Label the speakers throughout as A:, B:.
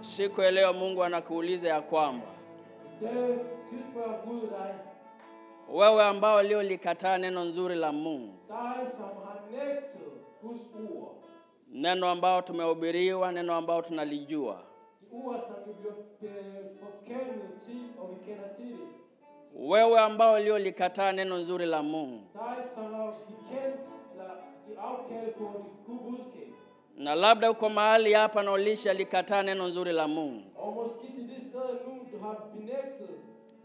A: Siku ya leo Mungu anakuuliza ya kwamba
B: Leo tids på at Gud dig,
A: wewe ambao leo likataa neno nzuri la Mungu,
B: dig som har nægtet Guds ord,
A: neno ambao tumehubiriwa, neno ambao tunalijua,
B: de ord, som vi bliver øh, forkendet til, og vi kender til det.
A: wewe ambao leo likataa neno nzuri la Mungu,
B: Dig som har bekendt eller i afkald på dit gode budskab,
A: na labda uko mahali hapa na ulisha likataa neno nzuri la Mungu,
B: og måske til det sted nu, du har benægtet,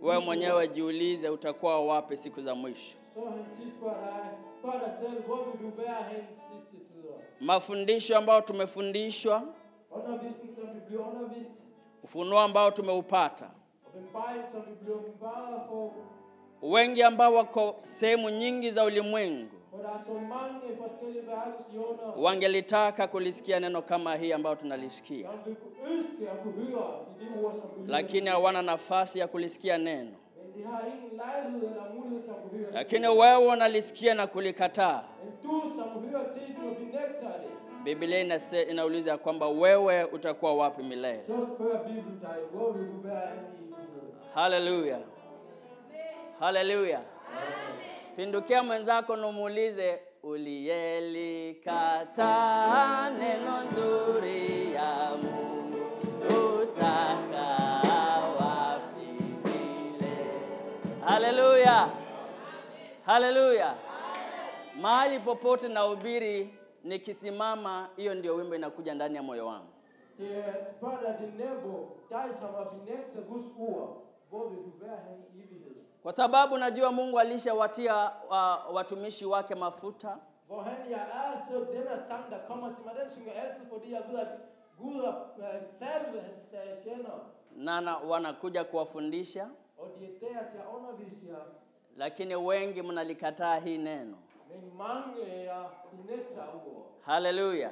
A: wewe mwenyewe jiulize, utakuwa wapi siku za mwisho?
B: så han tids på dig, spørg dig selv, hvor vil du være hen de sidste tider?
A: Mafundisho ambayo tumefundishwa,
B: Undervisning, som vi bliver undervist,
A: ufunuo ambao tumeupata,
B: og åbenbaring, som vi bliver åbenbaret for,
A: wengi ambao wako sehemu nyingi za ulimwengu
B: For der er så mange forskellige verdenshjørner,
A: wangelitaka kulisikia neno kama hii ambayo tunalisikia,
B: som vil kunne ønske at kunne høre til de ord, som vi
A: lakini hawana nafasi ya kulisikia neno.
B: Men de har ingen lejlighed eller mulighed til at kunne høre det.
A: Lakini wewe unalisikia na kulikataa.
B: Men du, som hører til, du benægter det.
A: Biblia inase, inauliza ya kwamba wewe utakuwa wapi milele.
B: Så spørger Bibelen dig, hvor vil du være henne i livet?
A: Haleluya, haleluya. Pindukia mwenzako na umuulize, uliyelikataa neno nzuri ya Mungu utakaa wapi milele? Haleluya, haleluya. Mahali popote nahubiri nikisimama, hiyo ndio wimbo inakuja ndani ya moyo wangu.
B: Det er at spørge dig, din nabo, dig som har benægtet Guds ord, hvor vil du være henne i evighed?
A: Kwa sababu najua Mungu alishawatia uh, watumishi wake mafuta,
B: Hvor han jeg er, så denne sang, der kommer til mig, den synger jeg altid, fordi jeg ved, at Gud har øh, salvet hans øh, tjenere.
A: na na- wanakuja kuwafundisha,
B: Og de er der til at undervise jer.
A: lakini wengi mnalikataa hii neno.
B: Men mange af jer benægter ord.
A: Haleluya,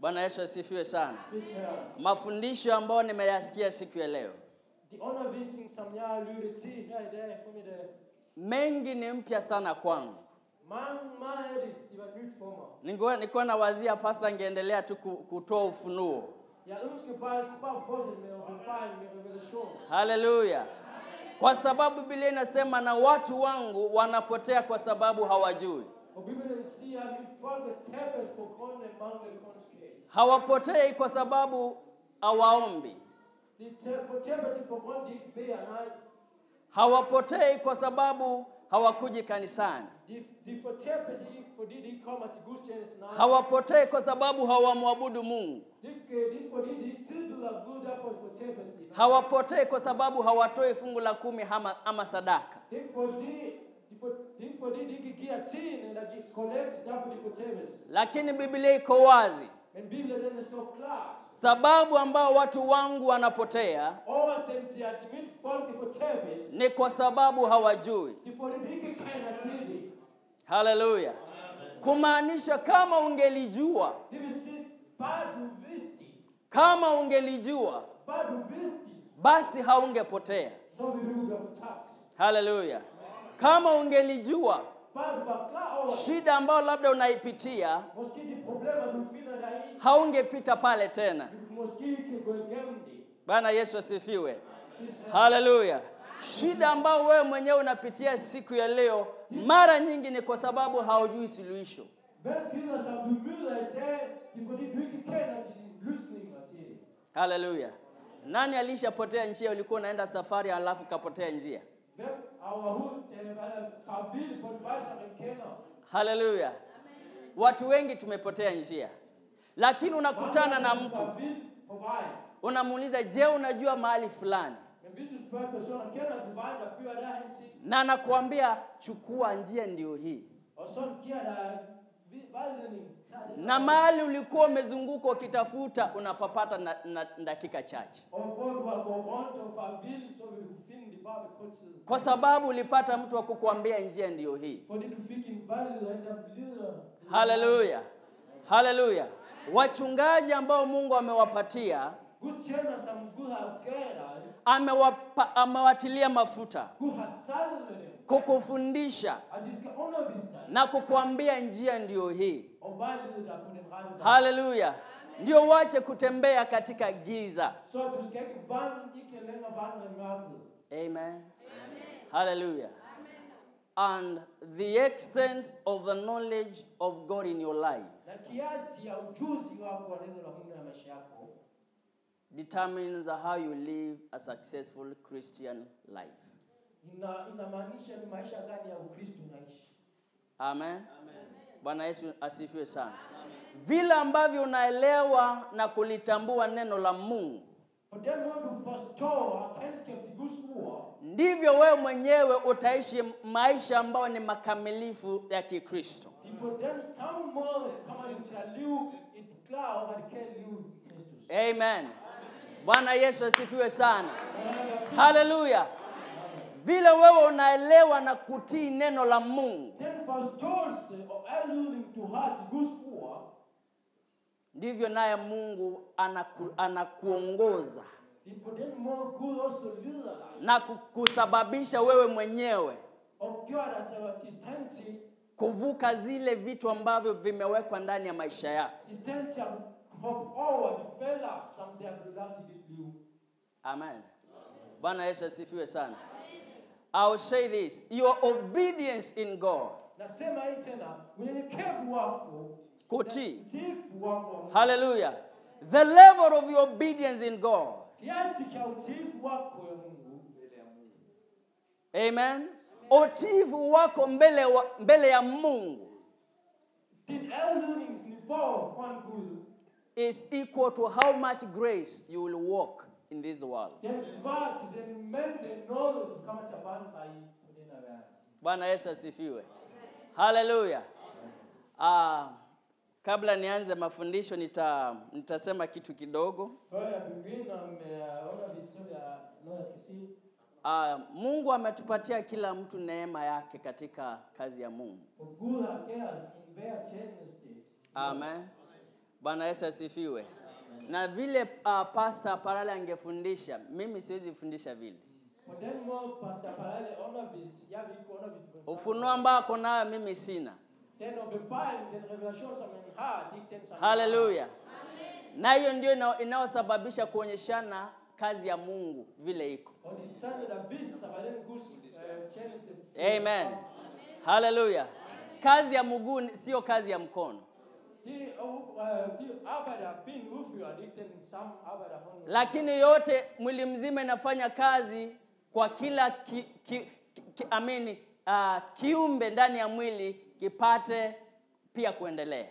A: Bwana Yesu asifiwe sana.
B: Hvis her,
A: Mafundisho ambayo nimeyasikia siku ya leo
B: de undervisning, som jeg har lyttet til her i dag på mit
A: mengi ni mpya sana kwangu.
B: mange, meget af det, det var nyt for mig.
A: Ningekuwa nilikuwa nawazia pasta angeendelea tu ku- kutoa ufunuo.
B: Jeg ønsker bare, at jeg skulle bare fortsætte med åbenbaring med revelation.
A: Haleluya, kwa sababu Biblia inasema na watu wangu wanapotea kwa sababu hawajui.
B: Og Bibelen siger, at mit folk er tabes på grund af mangel kundskab.
A: hawapotei kwa sababu hawaombi,
B: De tab- får tabes på grund af, at de ikke beder, nej.
A: hawapotei kwa sababu hawakuji kanisani,
B: De, de får tabes ikke, fordi de ikke kommer til gudstjenesten, nej.
A: hawapotei kwa sababu hawamwabudu Mungu,
B: De, de, de, fordi de ikke tilbyder Gud, derfor får tabes de. nej.
A: hawapotei kwa sababu hawatoi fungu la kumi ama, ama sadaka,
B: Det er ikke fordi, de for, det er ikke fordi, de ikke giver tiden eller de kollekt, derfor de fortæves.
A: lakini Biblia iko wazi
B: Men Bibelen den er så klar.
A: sababu ambao watu wangu wanapotea
B: Oversendt til, at mit folk de fortæves.
A: ni kwa sababu hawajui.
B: De får det ikke kender til det.
A: Haleluya! Kumaanisha kama ungelijua,
B: Det vil sige, bare du vidste det,
A: kama ungelijua
B: bare du vidste det,
A: basi haungepotea.
B: så ville du ikke være fortabt.
A: Haleluya! Kama ungelijua
B: Bare du var klar over det.
A: shida ambayo labda unaipitia
B: Måske de problemer, du finder dig i,
A: haungepita pale tena.
B: du måske ikke gå igennem det.
A: Bwana Yesu asifiwe,
B: Hvis han-
A: haleluya. Shida ambayo wewe mwenyewe unapitia siku ya leo, mara nyingi ni kwa sababu haujui suluhisho.
B: Hvad skider, som du møder i dag, det er fordi, du ikke kender dine løsninger til det.
A: Haleluya. Nani alishapotea njia? Ulikuwa unaenda safari alafu kapotea njia.
B: Hvem overhovedet øh, var- har vildt på en vej, som man kender?
A: Haleluya. Watu wengi tumepotea njia, lakini unakutana na mtu
B: Var vildt på vejen.
A: unamuuliza, je, unajua mahali fulani?
B: Men hvis du spørger personen, kender du vejen, der fører derhen til?
A: Na anakuambia chukua njia ndiyo hii.
B: Og så giver der vid- vejledning. Tag det.
A: na mahali ulikuwa umezunguka ukitafuta unapapata na, na dakika chache,
B: Og hvor du har gået rundt og var vild, så vil du kunne finde det bare ved kort tid.
A: kwa sababu ulipata mtu wa kukuambia njia ndiyo hii.
B: Fordi du fik en vejleder, en der leder.
A: Haleluya, haleluya! Wachungaji ambao Mungu amewapatia
B: Gud tjener, som Gud har gav dig.
A: amewapa, amewatilia mafuta
B: Gud har salvet dem,
A: kukufundisha
B: og de skal undervise dig
A: na kukuambia njia ndiyo hii.
B: og vejlede dig på den rette vej.
A: Haleluya! ndio uache kutembea katika giza
B: Så du skal ikke vandre, ikke længere vandre i mørket.
A: amen hallelujah and the extent of the knowledge of god in your life
B: Na kiasi ya ujuzi wako wa neno la Mungu na maisha yako
A: determines how you live a successful christian life
B: ina, inamaanisha ni maisha gani ya Ukristo unaishi.
A: amen bwana yesu asifiwe sana vile ambavyo unaelewa na kulitambua neno la mungu
B: På den måde du forstår og har kendskab til Guds ord,
A: ndivyo wewe mwenyewe utaishi maisha ambayo ni makamilifu ya kikristo
B: det er på den samme måde kommer du til at leve et klart og radikalt liv i Kristus.
A: amen bwana yesu asifiwe sana
B: Amen.
A: haleluya vile wewe unaelewa na kutii neno la mungu
B: Den forståelse og adlydning du har til Guds ord,
A: ndivyo naye mungu anaku, anakuongoza
B: det er på den måde Gud også leder dig
A: na kukusababisha wewe mwenyewe
B: og gør dig til- i stand til,
A: kuvuka zile vitu ambavyo vimewekwa ndani ya maisha yako
B: i stand til at hoppe over de fælder, som der er blevet lagt i dit liv.
A: amen bwana yesu asifiwe sana I'll say this your obedience in god
B: Nasema hii tena, unyenyekevu wako,
A: kutii
B: utiifu wako wa Mungu.
A: haleluya the level of your obedience in god
B: kiasi cha utiifu wako ya Mungu
A: amen utiifu wako mbele, wa, mbele ya mungu
B: din adlydningsniveau foran Gud,
A: is equal to how much grace you will walk in this world
B: den svarer til den mængde noget, du kommer til at vandre i på den her verden.
A: bwana yesu asifiwe haleluya ah, kabla nianze mafundisho nita, nitasema kitu kidogo
B: Før jeg begynder med at undervise, så vil jeg noget, jeg skal sige.
A: ah, mungu ametupatia kila mtu neema yake katika kazi ya mungu
B: For Gud har givet os en hver tjeneste.
A: amen bwana yesu asifiwe na vile uh, pasta parale angefundisha mimi siwezi fundisha vile
B: På den måde, Pastor Parallel undervist, jeg vil ikke undervise på
A: ufunuo ambao ako nayo mimi sina
B: Den åbenbaring, den revelation, som man har, det er ikke den, som
A: haleluya na hiyo ndio ina- inayosababisha kuonyeshana kazi ya mungu vile iko
B: Og det er sandt, der viser sig, hvordan Guds øh, tjeneste
A: amen haleluya kazi ya mguu sio kazi ya mkono
B: De, øh, de arbejder, bilen udfører, det er ikke den samme arbejder, hun
A: lakini yote mwili mzima inafanya kazi kwa kila ki, ki, ki, ki, amini uh, kiumbe ndani ya mwili kipate pia kuendelea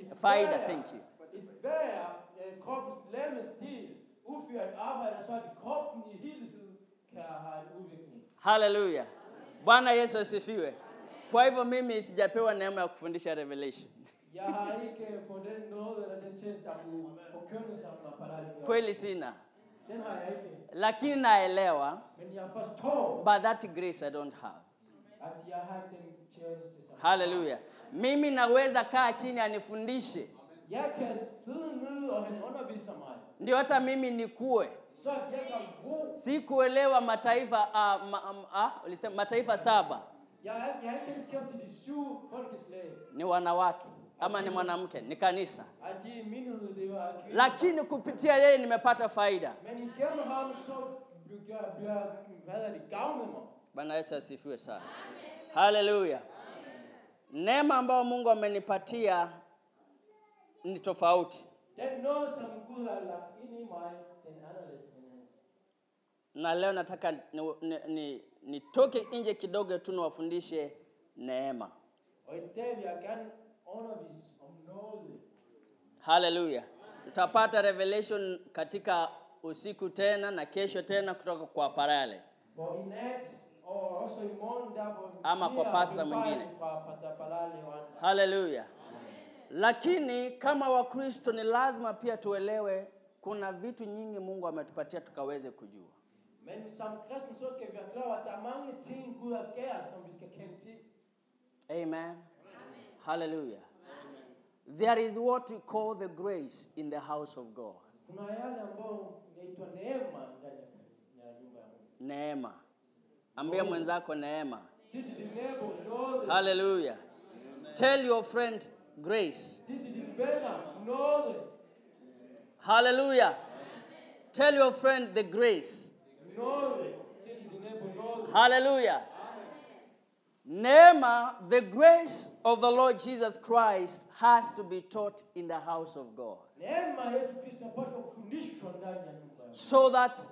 B: Et
A: faida
B: hver-
A: thank you
B: Et hver øh, kroppens lemmesdel udfører et arbejde, så at kroppen i helhed kan have en udvikling.
A: haleluya bwana yesu asifiwe kwa hivyo mimi sijapewa neema ya kufundisha revelation
B: Jeg har ikke øh, på den noget eller den tjeneste, der kunne forkynde sig under parallel.
A: kweli sina
B: Den har jeg ikke.
A: lakini naelewa
B: Men jeg forstår,
A: but that grace i don't have
B: at jeg har ikke den tjeneste som
A: haleluya mimi naweza kaa chini anifundishe
B: Jeg kan sidde nede, og han underviser mig.
A: ndio hata mimi nikue
B: Så at jeg kan gro.
A: sikuelewa mataifa uh, ma, um, uh, ulisema mataifa saba
B: Jeg har, jeg har ikke kendskab til de syv folkeslag.
A: ni wanawake ama ni mwanamke ni kanisa
B: at de menighed, det var kvinder.
A: lakini kupitia yeye nimepata faida
B: Men igennem ham, så blev jeg, blev jeg hvad er det, gavnet mig.
A: bwana yesu asifiwe sana haleluya neema ambayo mungu amenipatia ni tofauti
B: Den noget, som Gud har lagt ind i mig, den er anderledes end hans.
A: na leo nataka nitoke ni, ni, nitoke nje kidogo tu niwafundishe neema
B: Og i dag vil jeg gerne undervise om noget.
A: haleluya utapata revelation katika usiku tena na kesho tena kutoka kwa parale
B: Hvor i nat, og også i morgen, der hvor
A: Ama
B: mere
A: kwa pastor
B: åbenbaring
A: mwingine.
B: Fra pastor Palale og andre.
A: haleluya lakini kama wakristo ni lazima pia tuelewe kuna vitu nyingi mungu ametupatia tukaweze kujua
B: Men som kristen, så skal vi være klar over, at der er mange ting, Gud har givet os, som vi skal kende til.
A: amen haleluya there is what we call the grace in the house of god
B: Kuna yale ambayo inaitwa neema ndani ya- ya nyumba ya Mungu.
A: neema ambia mwenzako neema
B: Sig til din nabo noget.
A: haleluya tell your friend grace
B: Sig til dine venner noget.
A: Hallelujah. Tell your friend the grace.
B: Know it. Say to the neighbor, know it.
A: Hallelujah. Neema, the grace of the Lord Jesus Christ has to be taught in the house of God
B: Neema ya Yesu Kristo inapaswa kufundishwa ndani ya nyumba yako.
A: so that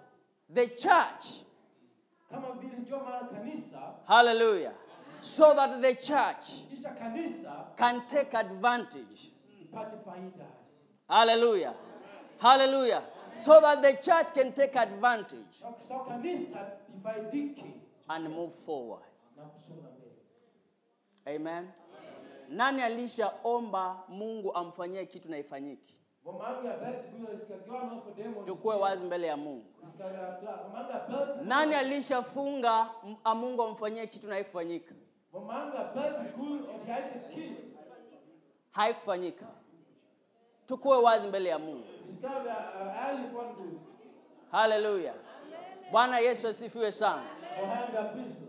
A: the church,
B: Kama vile ndio maana kanisa,
A: hallelujah, so that the church
B: kisha kanisa
A: can take advantage,
B: ipate faida.
A: hallelujah, hallelujah, so that the church can take advantage
B: Na kwa sababu kanisa ifaidike
A: and move forward.
B: na kusonga mbele.
A: Amen. Nani alishaomba Mungu amfanyie kitu na ifanyiki?
B: Wamange abeti bila isikagawa na kwa demo.
A: Tukuwe wazi mbele ya Mungu.
B: Isikagawa. Wamange abeti.
A: Nani alishafunga m- a- Mungu amfanyie kitu na haikufanyika?
B: Wamange abeti cool and high skill.
A: Haikufanyika. Tukuwe wazi mbele ya Mungu.
B: Isikagawa ali kwa ndugu.
A: Haleluya. Bwana Yesu asifiwe sana.
B: Wamange apizo.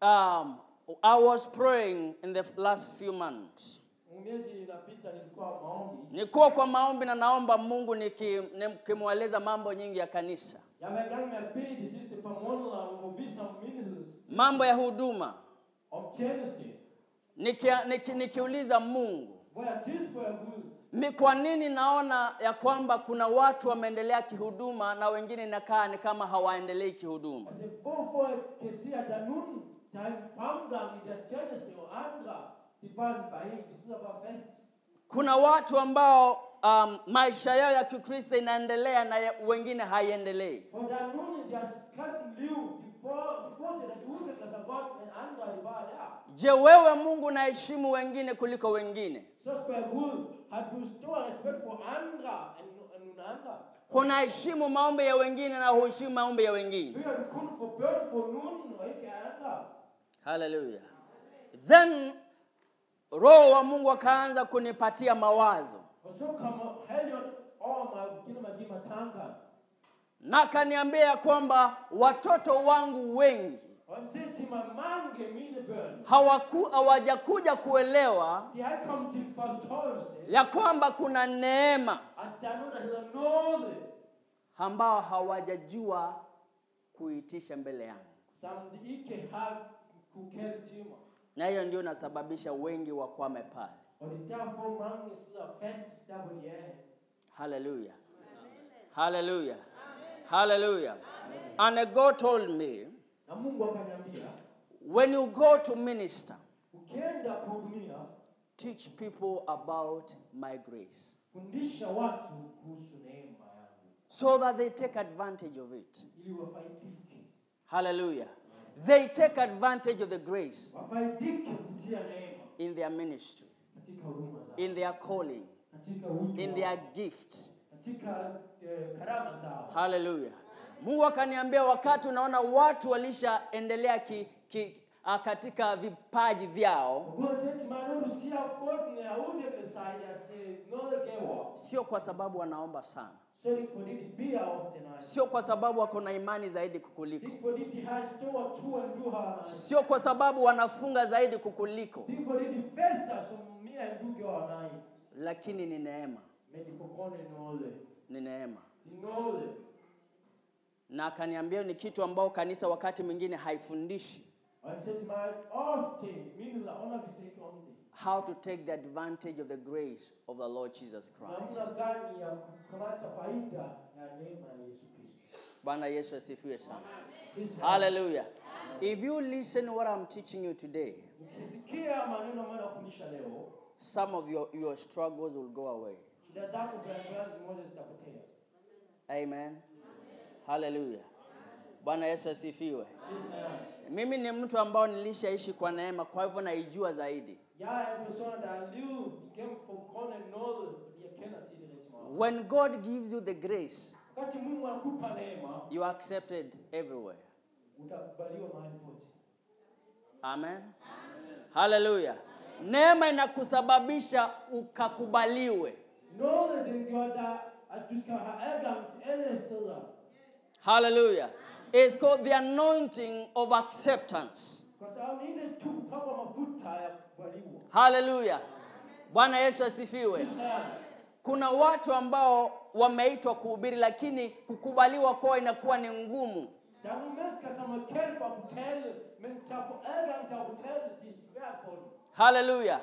A: Um, I was praying in the last few months.
B: Mwezi inapita nilikuwa maombi.
A: Nikuwa kwa maombi na naomba Mungu niki- nikimweleza mambo nyingi ya kanisa,
B: Yamegang med bid siste par måneder om at vise om menighed
A: mambo ya huduma,
B: om tjeneste,
A: niki, niki, nikiuliza Mungu
B: hvor jeg tilspørger Gud,
A: mi, kwa nini naona ya kwamba kuna watu wameendelea kihuduma na wengine inakaa ni kama hawaendelei kihuduma.
B: altså hvorfor jeg kan se, at der er nogen, der er en fremgang i deres tjeneste, og andre, de bare, bare helt, de sidder bare fast.
A: Kuna watu ambao um, maisha yao ya Kikristo inaendelea na ya- wengine haiendelei.
B: For der er nogen i deres kristne liv, de, for, de fortsætter, de udvikler sig godt, men andre, de bare er der.
A: Je, wewe Mungu unaheshimu wengine kuliko wengine?
B: Så spørger jeg Gud, har du stor respekt for andre end, end nogle andre?
A: Unaheshimu maombi ya wengine na huheshimu maombi ya wengine.
B: Hører du kun for bøn for nogen og ikke andre?
A: Haleluya. Then Roho wa Mungu akaanza kunipatia mawazo
B: Og så kommer Helion over mig og giver mig de mig tanker.
A: na akaniambia ya kwamba watoto wangu wengi
B: Og han siger til mig, mange af mine børn,
A: hawaku, hawajakuja kuelewa
B: de har ikke kommet til forståelse,
A: ya kwamba kuna neema
B: at der er noget, der hedder nåde,
A: ambao hawajajua kuitisha mbele yangu,
B: som de ikke har kunne kalde til mig.
A: na hiyo ndio inasababisha wengi wakwame pale.
B: Og det er derfor mange sidder fast der, hvor de er.
A: Hallelujah. Hallelujah. Hallelujah. And uh, God told me,
B: Na Mungu akaniambia,
A: when you go to minister,
B: ukienda kuhudumia,
A: teach people about my grace
B: fundisha watu kuhusu neema yangu
A: so that they take advantage of it.
B: ili wafaidike.
A: Hallelujah. They take advantage of the grace
B: Wafaidike kupitia neema
A: in their ministry,
B: katika huduma zao,
A: in their calling,
B: katika huduma
A: in their gift.
B: katika eh, karama zao.
A: Haleluya. Mungu akaniambia wakati unaona watu walishaendelea ki, ki, ah, katika vipaji vyao,
B: Og Gud har sagt til mig, når du siger, at folken er udviklet sig i deres øh, nådegaver,
A: sio kwa sababu wanaomba sana,
B: så er det ikke fordi, de beder ofte, nej.
A: sio kwa sababu wako na imani zaidi
B: Det er
A: kukuliko,
B: ikke fordi, de har en stor tur, end du har. nej.
A: sio kwa sababu wanafunga zaidi kukuliko,
B: Det er ikke fordi, de fester som mere, end du gjorde, nej.
A: lakini ni neema,
B: Men det er på grund af nåde.
A: ni neema.
B: Det er nåde.
A: Na akaniambia ni kitu ambao kanisa wakati mwingine haifundishi
B: Og han sagde til mig, at ofte menigheder underviser ikke om det.
A: how to take the advantage of the grace of the Lord Jesus Christ.
B: Namna gani ya kukamata faida ya neema ya Yesu Kristo.
A: Bwana Yesu asifiwe sana.
B: Kristo.
A: Hallelujah. If you listen what I'm teaching you today,
B: Ukisikia maneno ambayo nafundisha leo,
A: some of your, your struggles will go away.
B: shida zako fulani fulani zimoja zitapotea.
A: Amen. Hallelujah. Bwana Yesu asifiwe.
B: Kristo.
A: Mimi ni mtu ambao nilishaishi kwa neema, kwa hivyo naijua zaidi.
B: Jeg er en person, der er livet igennem på grund af noget, fordi jeg kender til det rigtig meget.
A: When God gives you the grace,
B: Wakati Mungu anakupa neema,
A: you are accepted everywhere.
B: utakubaliwa mahali pote.
A: Amen. Hallelujah. Neema inakusababisha ukakubaliwe.
B: Noget, den gør dig, at du skal have adgang til alle steder.
A: Hallelujah. It's called the anointing of acceptance.
B: Kwa sababu ni ile tu kutoka mafuta ya kubaliwa.
A: Haleluya. Bwana Yesu asifiwe.
B: Israel,
A: kuna watu ambao wameitwa kuhubiri lakini kukubaliwa kwao inakuwa ni ngumu
B: Der mennesker, som har kaldt for at tale, men tager på adgang til at tale, de er svært for dem.
A: haleluya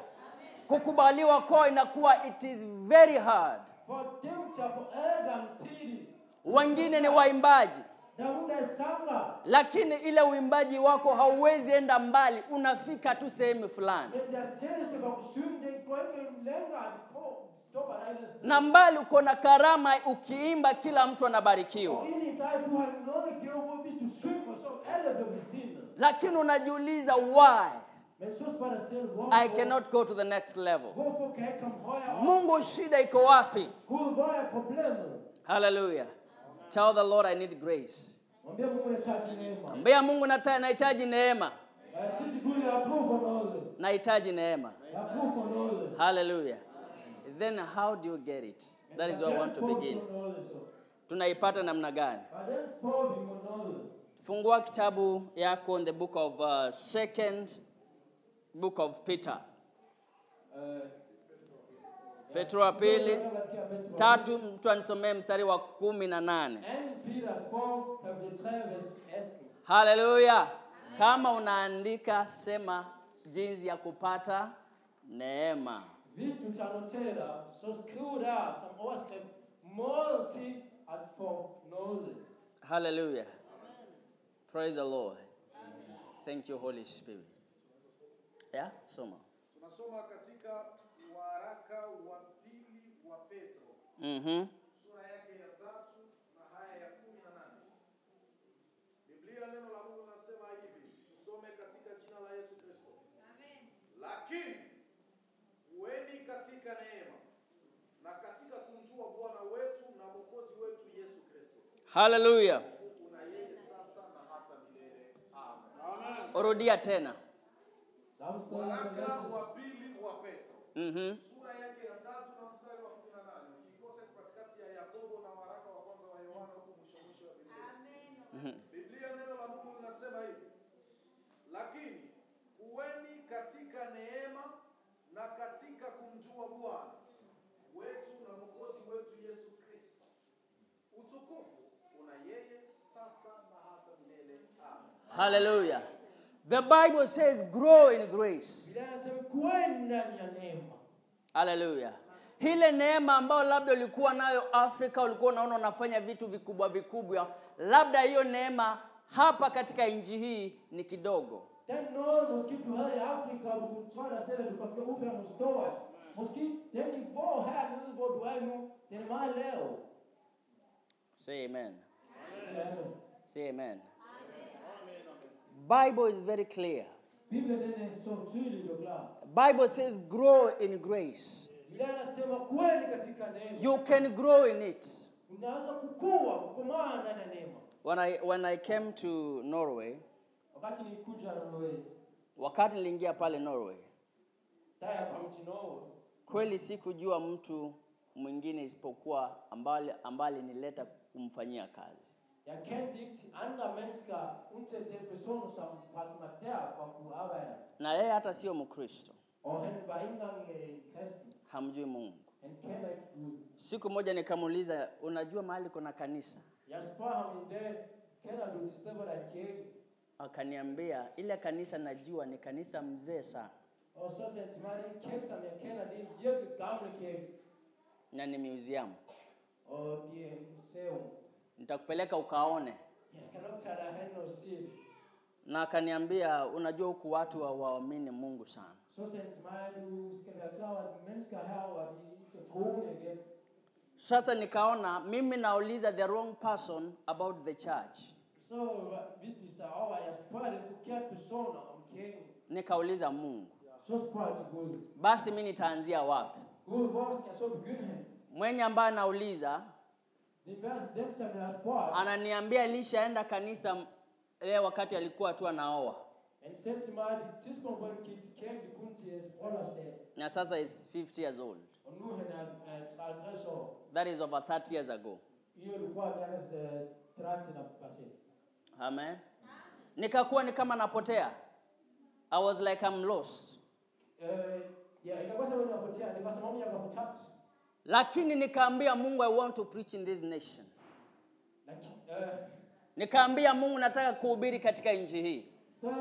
A: kukubaliwa kwao inakuwa it is very hard
B: For dem tager på adgang til det.
A: wengine ni waimbaji
B: Der er nogen, der er sanger,
A: lakini ile uimbaji wako hauwezi enda mbali unafika tu sehemu fulani
B: men deres tjeneste for synd, den går ikke længere end på. Stopper dig et eller andet sted.
A: na mbali uko na karama ukiimba kila mtu anabarikiwa
B: Og inde i dig, du har noget givet, hvor hvis du synger, så alle bliver besindet.
A: lakini unajiuliza why
B: Men så spørger dig selv, hvorfor,
A: i cannot go to the next level
B: hvorfor kan jeg ikke komme højere op?
A: mungu shida iko wapi
B: Gud, hvor er problemet?
A: haleluya tell the lord i need grace
B: Mwambie Mungu, jeg tager din af mig.
A: mbea mungu nata- nahitaji neema
B: Og jeg siger til Gud, jeg har brug for noget.
A: nahitaji neema
B: Jeg har brug for noget.
A: haleluya then how do you get it that is where i want to begin tunaipata namna gani fungua kitabu yako on the book of uh, second book of peter petro wa pili tatu mtu anisomee mstari wa kumi na nane
B: 2. Peters bog, kapitel 3, vers 18.
A: haleluya kama unaandika sema jinsi ya kupata neema
B: Hvis du tager notater, så skriv der som overskrift, måde til at få noget.
A: haleluya praise the lord thank you holy spirit yeah? soma
C: Tunasoma katika waraka wa pili wa Petro
A: mm-hmm.
C: sura yake ya tatu na haya ya kumi na nane. Biblia neno la Mungu nasema hivi, usome katika jina la Yesu Kristo. Lakini ueni katika neema na katika kumjua Bwana wetu na Mwokozi wetu Yesu Kristo,
A: haleluya
C: Mungu na yeye sasa na hata milele. Amen. Amen.
A: rudia tena
B: Samme sted som
C: Waraka
B: Jesus.
C: wa pili wa Petro
A: mm-hmm.
C: sura yake ya tatu na mstari wa kumi na nane ukikose katikati ya yakobo na waraka wa kwanza wa yohana huku mwisho mwisho wa biblia biblia neno la mungu linasema hivi lakini kuweni katika neema na katika kumjua bwana wetu na mwokozi wetu yesu kristo utukufu una yeye sasa na hata milele amen
A: haleluya the bible says grow in grace
B: Biblia inasema kuweni ndani ya neema.
A: haleluya ile neema ambayo labda ulikuwa nayo afrika ulikuwa unaona unafanya vitu vikubwa vikubwa labda hiyo neema hapa katika nchi hii ni kidogo
B: Den noget, måske du havde i Afrika, og du tror dig selv, at du kom til udføre noget stort. Måske den niveau hernede, hvor du er nu, den er meget lav.
A: say amen
B: Ja.
A: say amen bible is very clear
B: Bibelen den er så tydelig og klar.
A: bible says grow in grace
B: Biblia inasema kweli katika neema.
A: you can grow in it
B: Unaweza kukua, kukomaa ndani ya neema.
A: when i, when I came to norway
B: Wakati nilikuja Norway,
A: wakati niliingia pale norway
B: daya kwa mti Norway,
A: kweli sikujua mtu mwingine isipokuwa ambale, ambale nileta kumfanyia kazi
B: jeg kendte ikke til andre mennesker, undtagen den person, som bragte mig der for at kunne arbejde.
A: na yeye hata sio mkristo
B: Og han var ikke engang øh, kristen.
A: hamjui mungu
B: Han kender ikke Gud.
A: siku moja nikamuuliza unajua mahali kuna kanisa
B: Jeg spørger ham en dag, kender du til stedet, hvor der er kirke?
A: akaniambia ile kanisa najua ni kanisa mzee sana
B: Og så sagde han til mig, den kirke, som jeg kender, det er en virkelig gammel kirke.
A: na ni museum
B: Og det er et museum.
A: nitakupeleka ukaone
B: Jeg skal nok tage dig hen og se det.
A: na akaniambia unajua huku watu hawaamini mungu sana
B: Så sagde han til mig, du skal være klar over, at mennesker herover, de er ikke så troende igen.
A: sasa nikaona mimi nauliza the wrong person about the church
B: Så var- viste det sig over, at jeg spørger den forkerte personer om kirken.
A: nikauliza mungu
B: Så spørger jeg til Gud,
A: basi mi nitaanzia wapi
B: Gud, hvor skal jeg så begynde hen?
A: mwenye ambaye anauliza
B: Det er værst den, som jeg har spurgt.
A: ananiambia alishaenda kanisa e, wakati alikuwa tu anaoa
B: Han sagde til mig, at det tidspunkt, hvor han gik til kirken, det kun til hans bryllupsdag.
A: na sasa is 50 years old
B: Og nu han er, er 53 år.
A: that is over 30 years ago
B: I er du bare deres øh, trakten af Brasil.
A: amen nikakuwa ni kama napotea i was like I'm lost
B: Øh, ja, jeg kan godt se, hvordan jeg rapporterer. Det var som om, jeg var fortabt.
A: lakini nikaambia mungu i want to preach in this nation
B: Lakini eh,
A: nikaambia mungu nataka kuhubiri katika nchi hii
B: så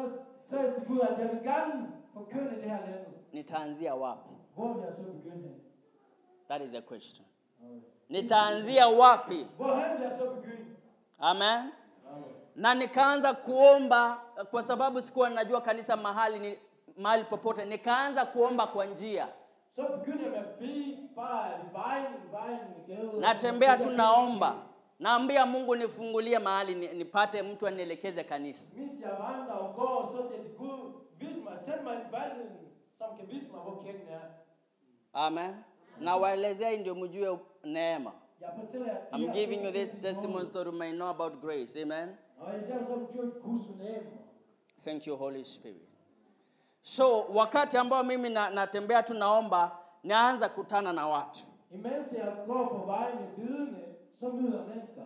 B: sagde jeg til Gud, at jeg vil gerne forkynde det her landet.
A: nitaanzia wapi
B: Hvor vil jeg så begynde? henne?
A: that is the question nitaanzia wapi
B: Hvorhen vil jeg så begynde?
A: amen na nikaanza kuomba kwa sababu sikuwa najua kanisa mahali ni, mahali popote nikaanza kuomba kwa njia
B: Så begyndte jeg med at bede bare i vejen, vejen, i gaden.
A: natembea tu naomba naambia mungu nifungulie mahali ni- nipate mtu anielekeze kanisa
B: Mens jeg vandrer og går, så siger jeg til Gud, vis mig, send mig en vejledning, som kan vise mig, hvor kirken er.
A: amen nawaelezea hii ndio mjue neema
B: Jeg fortæller jer,
A: I'm giving you this testimony so you may know about grace amen
B: Og jeg ser som Gud Guds navn.
A: Thank you Holy Spirit. So wakati ambao mimi na, natembea tu naomba, naanza kutana na watu.
B: Imens jeg går på vejen i vidne, så møder jeg mennesker.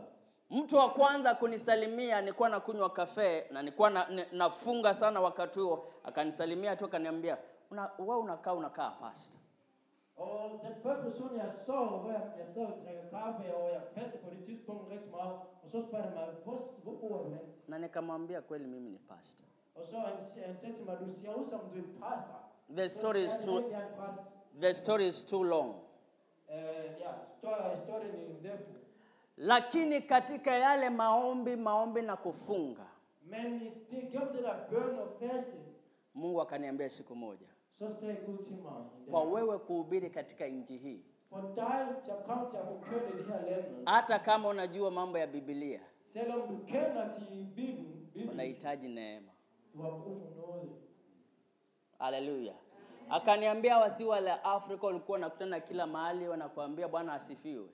A: Mtu wa kwanza kunisalimia, nilikuwa nakunywa kafe na nilikuwa na, na- nafunga sana wakati huo, akanisalimia tu akaniambia, una, wewe unakaa unakaa pastor.
B: Og den første person, jeg så, hvor jeg, jeg sad og drikker kaffe, og jeg fastede på det tidspunkt rigtig meget, og så spørger han mig, hvor, hvor bor du hen?
A: Na nikamwambia kweli mimi ni pastor.
B: Og så han, siger- han sagde til mig, du ser ud som du er en pastor.
A: The story is
B: too...
A: too, the story is too long.
B: Uh, ja, historien, historien er ndefu.
A: Lakini katika yale maombi maombi na kufunga,
B: Men i det, gennem det der bøn og faste,
A: Mungu akaniambia siku moja,
B: så sagde Gud til mig, en dag,
A: kwa wewe kuhubiri katika nchi hii
B: for dig til at komme til at forkynde det her land,
A: hata kama unajua mambo ya bibilia
B: selvom du kender til Bibelen, Bibelen
A: unahitaji neema
B: du har brug for noget.
A: haleluya akaniambia wasi wale afrika walikuwa wanakutana kila mahali wanakuambia bwana asifiwe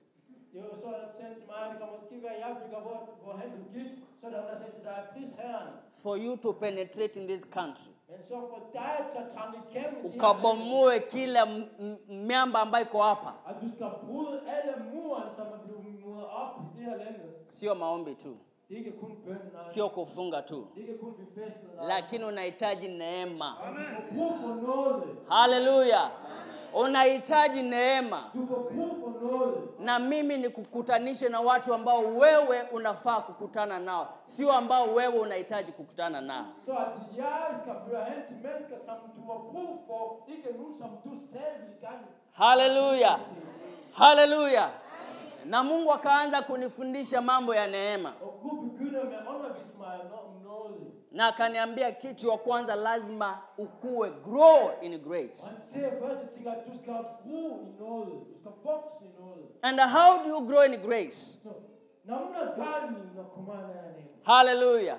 B: Det var så han sagde til mig, at det kan måske være i Afrika, hvor, hvor han du gik, så er der nogen, der sagde til dig, pris herren.
A: for you to penetrate in this country
B: Men så for dig til at trænge igennem det her land,
A: ukabomoe kila m- m- miamba ambayo iko hapa
B: at du skal bryde alle murene, som er blevet muret op i det her land.
A: sio maombi tu
B: Det er ikke kun bøn, nej.
A: sio kufunga tu
B: Det er ikke kun vi festet, nej.
A: lakini unahitaji neema
B: Du får brug for noget.
A: haleluya unahitaji neema
B: Du får brug for noget.
A: na mimi nikukutanishe na watu ambao wewe unafaa kukutana nao sio ambao wewe unahitaji kukutana nao
B: Så at jeg kan føre hen til mennesker, som du har brug for. Ikke nogen, som du selv vil gerne
A: haleluya
B: se.
A: haleluya na mungu akaanza kunifundisha mambo ya neema
B: Og Gud begynder med at undervise mig om noget.
A: na akaniambia kitu ya kwanza lazima ukue grow in grace
B: Og han ser første ting, at du skal bruge i noget. Du skal vokse i noget.
A: and how do you grow in grace
B: Så namna gani unakumbana na neema?
A: haleluya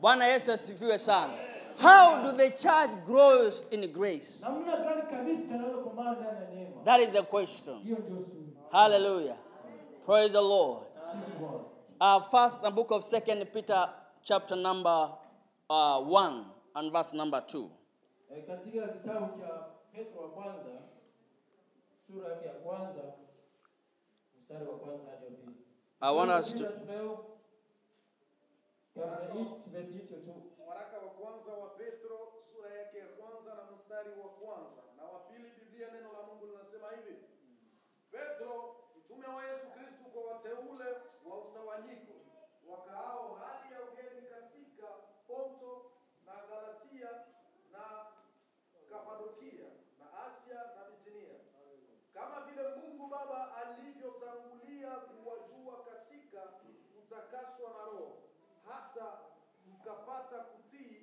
A: bwana yesu asifiwe sana how do the church grows in grace
B: Namna gani kanisa linalokumbana ndani ya neema?
A: that is the question
B: Hiyo ndio suluhu.
A: haleluya praise the lord
B: Siku bora.
A: Uh, first, the book of Second Peter, chapter number uh, one and verse number two.
B: Eh, Katika kitabu cha Petro wa kwanza sura yake ya kwanza mstari wa kwanza hadi wa pili.
A: I want us to.
B: Petro leo, chapter eight, verse eight or two.
C: Waraka wa kwanza wa Petro sura yake ya kwanza na mstari wa kwanza na wa pili, Biblia neno la Mungu linasema hivi: Petro mtume wa Yesu Kristo kwa wateule wa utawanyiko wakaao hali ya ugeni katika Ponto na Galatia na Kapadokia na Asia na Bitinia, kama vile Mungu Baba alivyotangulia kuwajua katika kutakaswa na Roho, hata mkapata kutii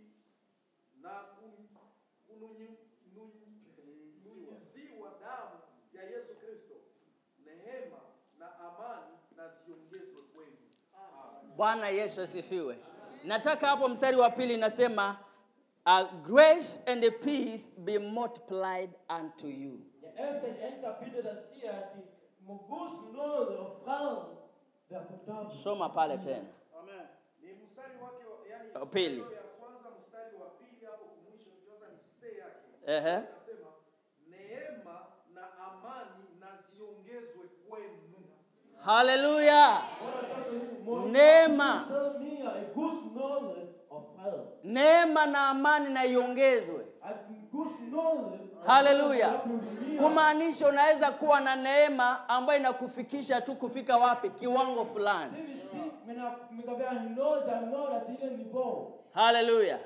C: na kun- kununyi- nun- kunyunyiziwa damu ya Yesu Kristo. Neema na amani na ziongezwe kwenu. Amen.
A: Bwana Yesu asifiwe. Nataka hapo mstari wa pili inasema uh, grace and peace be multiplied unto you.
B: Jeg elsker et andet kapitel, der siger, at de må Guds nåde og fred være på dobbelt.
A: Soma pale tena.
C: Ni mstari wake wa- yani
A: Wa pili.
C: sura ya kwanza mstari wa pili hapo kumwisho kwanza ni se yake.
A: Ehe.
C: Anasema neema na amani na ziongezwe kwenu.
A: Haleluya.
B: Hvor der står sådan en måde,
A: Neema.
B: et sted mere, at Guds nåde og fred.
A: Neema na amani na iongezwe.
B: At Guds nåde
A: haleluya
B: Wapi ulilia?
A: kumaanisha unaweza kuwa na neema ambayo inakufikisha tu kufika wapi kiwango fulani
B: Det vil sige, men at man kan være noget, der når dig til det niveau.
A: haleluya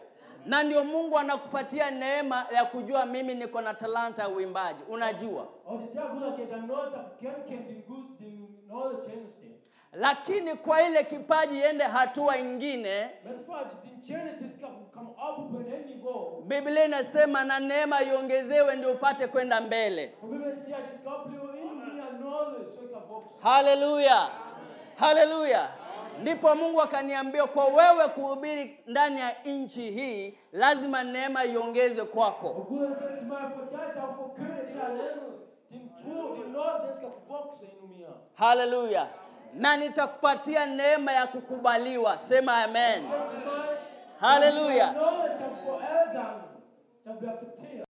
A: na ndio mungu anakupatia neema ya kujua mimi niko na talanta ya uimbaji unajua
B: Og det er der Gud har givet dig noget, der genkender din Gud, din noget tjeneste.
A: lakini kwa ile kipaji iende hatua ingine
B: Men for at din tjeneste skal komme op på en anden niveau,
A: biblia inasema na neema iongezewe ndio upate kwenda mbele
B: og vi vil sige, at det skal opleve endnu mere noget, så I kan vokse.
A: haleluya haleluya ndipo mungu akaniambia kwa wewe kuhubiri ndani ya nchi hii lazima neema iongezwe kwako
B: Og Gud har sagt til mig, for dig til at forkynde det her landet, din tro, din noget, den skal vokse endnu mere.
A: haleluya na nitakupatia neema ya kukubaliwa sema amen
B: Sagt til mig,
A: Halleluja.
B: Noget, der får adgang, der bliver accepteret.